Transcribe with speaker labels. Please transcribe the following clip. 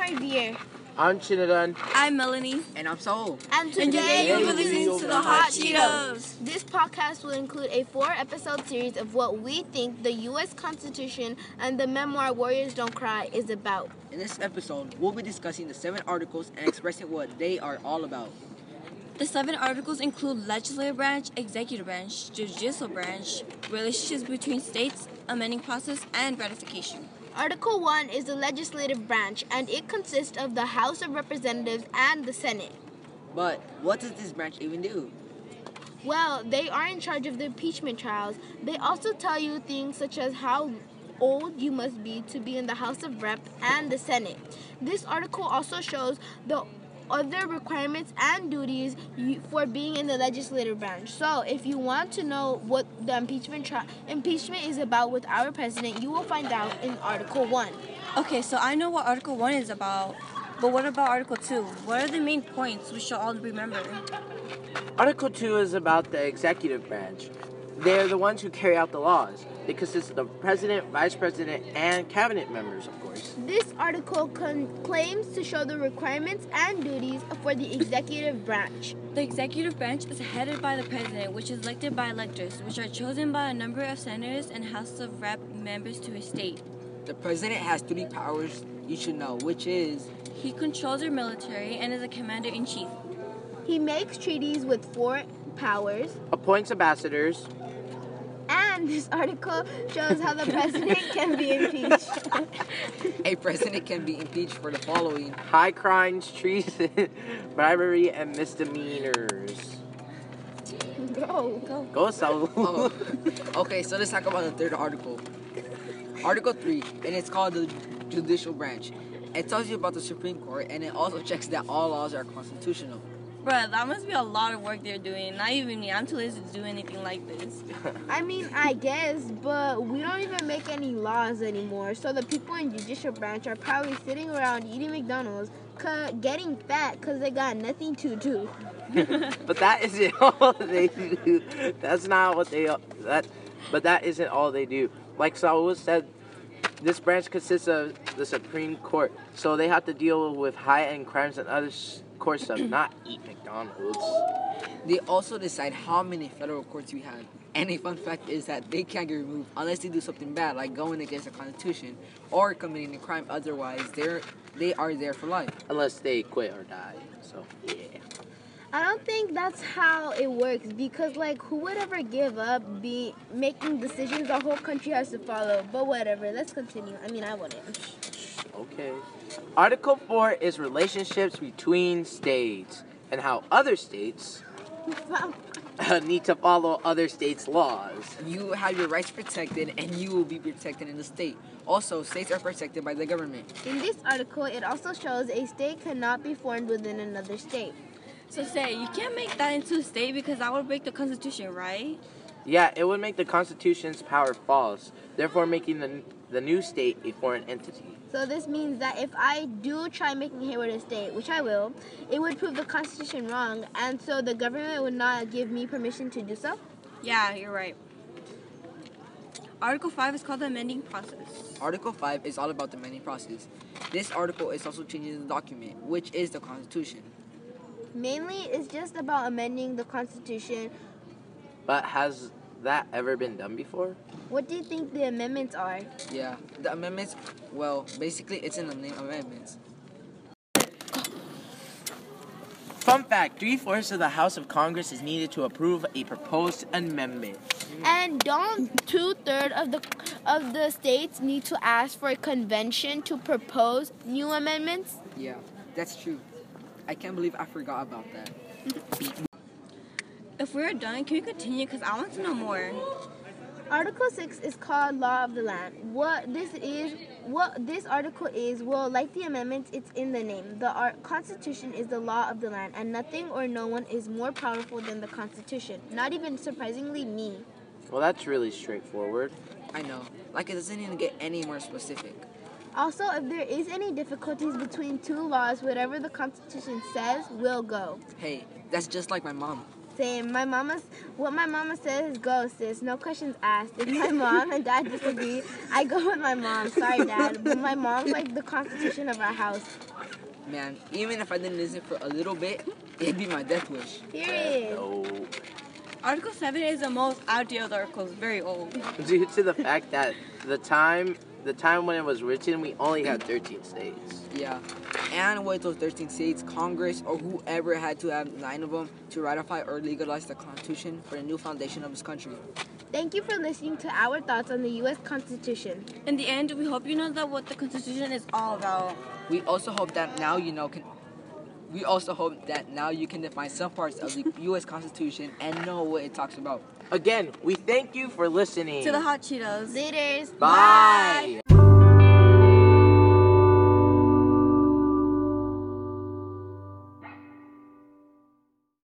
Speaker 1: review.
Speaker 2: I'm Shinadan.
Speaker 3: I'm Melanie.
Speaker 4: And I'm Soul.
Speaker 1: And today,
Speaker 2: you'll be listening to the Hot
Speaker 3: Cheetos.
Speaker 1: This podcast will include a four episode series of what we think the U.S. Constitution and the memoir Warriors Don't Cry is about.
Speaker 4: In this episode, we'll be discussing the seven articles and expressing what they are all about.
Speaker 3: The seven articles include legislative branch, executive branch, judicial branch, relationships between states, amending process, and ratification.
Speaker 1: Article 1 is the legislative branch and it consists of the House of Representatives and the Senate.
Speaker 4: But what does this branch even do?
Speaker 1: Well, they are in charge of the impeachment trials. They also tell you things such as how old you must be to be in the House of Rep and the Senate. This article also shows the other requirements and duties you, for being in the legislative branch. So, if you want to know what the impeachment tri- impeachment is about with our president, you will find out in Article 1.
Speaker 3: Okay, so I know what Article 1 is about, but what about Article 2? What are the main points we should all remember?
Speaker 2: Article 2 is about the executive branch. They are the ones who carry out the laws. They consist of the president, vice president, and cabinet members, of course.
Speaker 1: This article con- claims to show the requirements and duties for the executive branch.
Speaker 3: The executive branch is headed by the president, which is elected by electors, which are chosen by a number of senators and House of Rep members to his state.
Speaker 4: The president has three powers you should know, which is
Speaker 3: He controls our military and is a commander in chief.
Speaker 1: He makes treaties with foreign powers,
Speaker 2: Appoints ambassadors.
Speaker 1: and this article shows how the president can be impeached.
Speaker 4: a president can be impeached for the following.
Speaker 2: High crimes, treason, bribery, and misdemeanors.
Speaker 1: Bro, go.
Speaker 2: Go, Saul.
Speaker 4: Oh. okay, so let's talk about the third article. Article 3, and it's called the judicial branch. It tells you about the Supreme Court and it also checks that all laws are constitutional.
Speaker 3: Bruh, that must be a lot of work they're doing. Not even me. I'm too lazy to do anything like this.
Speaker 1: I mean, I guess, but we don't even make any laws anymore. So the people in judicial branch are probably sitting around eating McDonald's, cu- getting fat, cause they got nothing to do.
Speaker 2: But that isn't all they do. That's not what they that. But that isn't all they do. Like Saul said, this branch consists of the Supreme Court, so they have to deal with high-end crimes and other s- court stuff, not eat McDonald's.
Speaker 4: They also decide how many federal courts we have. And a fun fact is that they can't get removed unless they do something bad, like going against the Constitution or committing a crime. Otherwise, they're they are there for life.
Speaker 2: Unless they quit or die. So yeah.
Speaker 1: I don't think that's how it works because, like, who would ever give up be making decisions the whole country has to follow? But whatever, let's continue. I mean, I wouldn't.
Speaker 2: Okay. Article four is relationships between states and how other states uh, need to follow other states' laws.
Speaker 4: You have your rights protected, and you will be protected in the state. Also, states are protected by the government.
Speaker 1: In this article, it also shows a state cannot be formed within another state.
Speaker 3: So say, you can't make that into a state because that would break the Constitution, right?
Speaker 2: Yeah, it would make the Constitution's power false, therefore making the the new state a foreign entity.
Speaker 1: So this means that if I do try making Hayward a state, which I will, it would prove the Constitution wrong, and so the government would not give me permission to do so.
Speaker 3: Yeah, you're right. Article 5 is called the amending process.
Speaker 4: Article 5 is all about the amending process. This article is also changing the document, which is the Constitution.
Speaker 1: Mainly, it's just about amending the Constitution.
Speaker 2: But has that ever been done before?
Speaker 1: What do you think the amendments are?
Speaker 4: Yeah, the amendments, well, basically, it's in the name amendments.
Speaker 2: Fun fact: Three fourths of the House of Congress is needed to approve a proposed amendment.
Speaker 1: And don't two third of the of the states need to ask for a convention to propose new amendments?
Speaker 4: Yeah, that's true. I can't believe I forgot about that.
Speaker 3: If we're done, can we continue? Because I want to know more.
Speaker 1: Article 6 is called Law of the Land. What this is, what this article is, well, like the amendments, it's in the name. The ar- Constitution is the law of the land, and nothing or no one is more powerful than the Constitution. Not even surprisingly me.
Speaker 2: Well, that's really straightforward.
Speaker 4: I know, like, it doesn't even get any more specific.
Speaker 1: Also, if there is any difficulties between two laws, whatever the Constitution says will go.
Speaker 4: Hey, that's just like my mom.
Speaker 1: Same. My mama's what my mama says goes, sis. No questions asked. If my mom and dad disagree, I go with my mom. Sorry, dad, but my mom's like the constitution of our house.
Speaker 4: man, even if I didn't listen for a little bit, it'd be my death wish.
Speaker 1: Period.
Speaker 2: No.
Speaker 3: Article 7 is the most outdated article. It's very old.
Speaker 2: Due to the fact that the time the time when it was written, we only had 13 states.
Speaker 4: Yeah. And with those 13 states, Congress or whoever had to have nine of them to ratify or legalize the Constitution for the new foundation of this country.
Speaker 1: Thank you for listening to our thoughts on the U.S. Constitution.
Speaker 3: In the end, we hope you know that what the Constitution is all about.
Speaker 4: We also hope that now you know can. We also hope that now you can define some parts of the U.S. Constitution and know what it talks about.
Speaker 2: Again, we thank you for listening.
Speaker 3: To the hot Cheetos.
Speaker 1: Laters.
Speaker 2: Bye.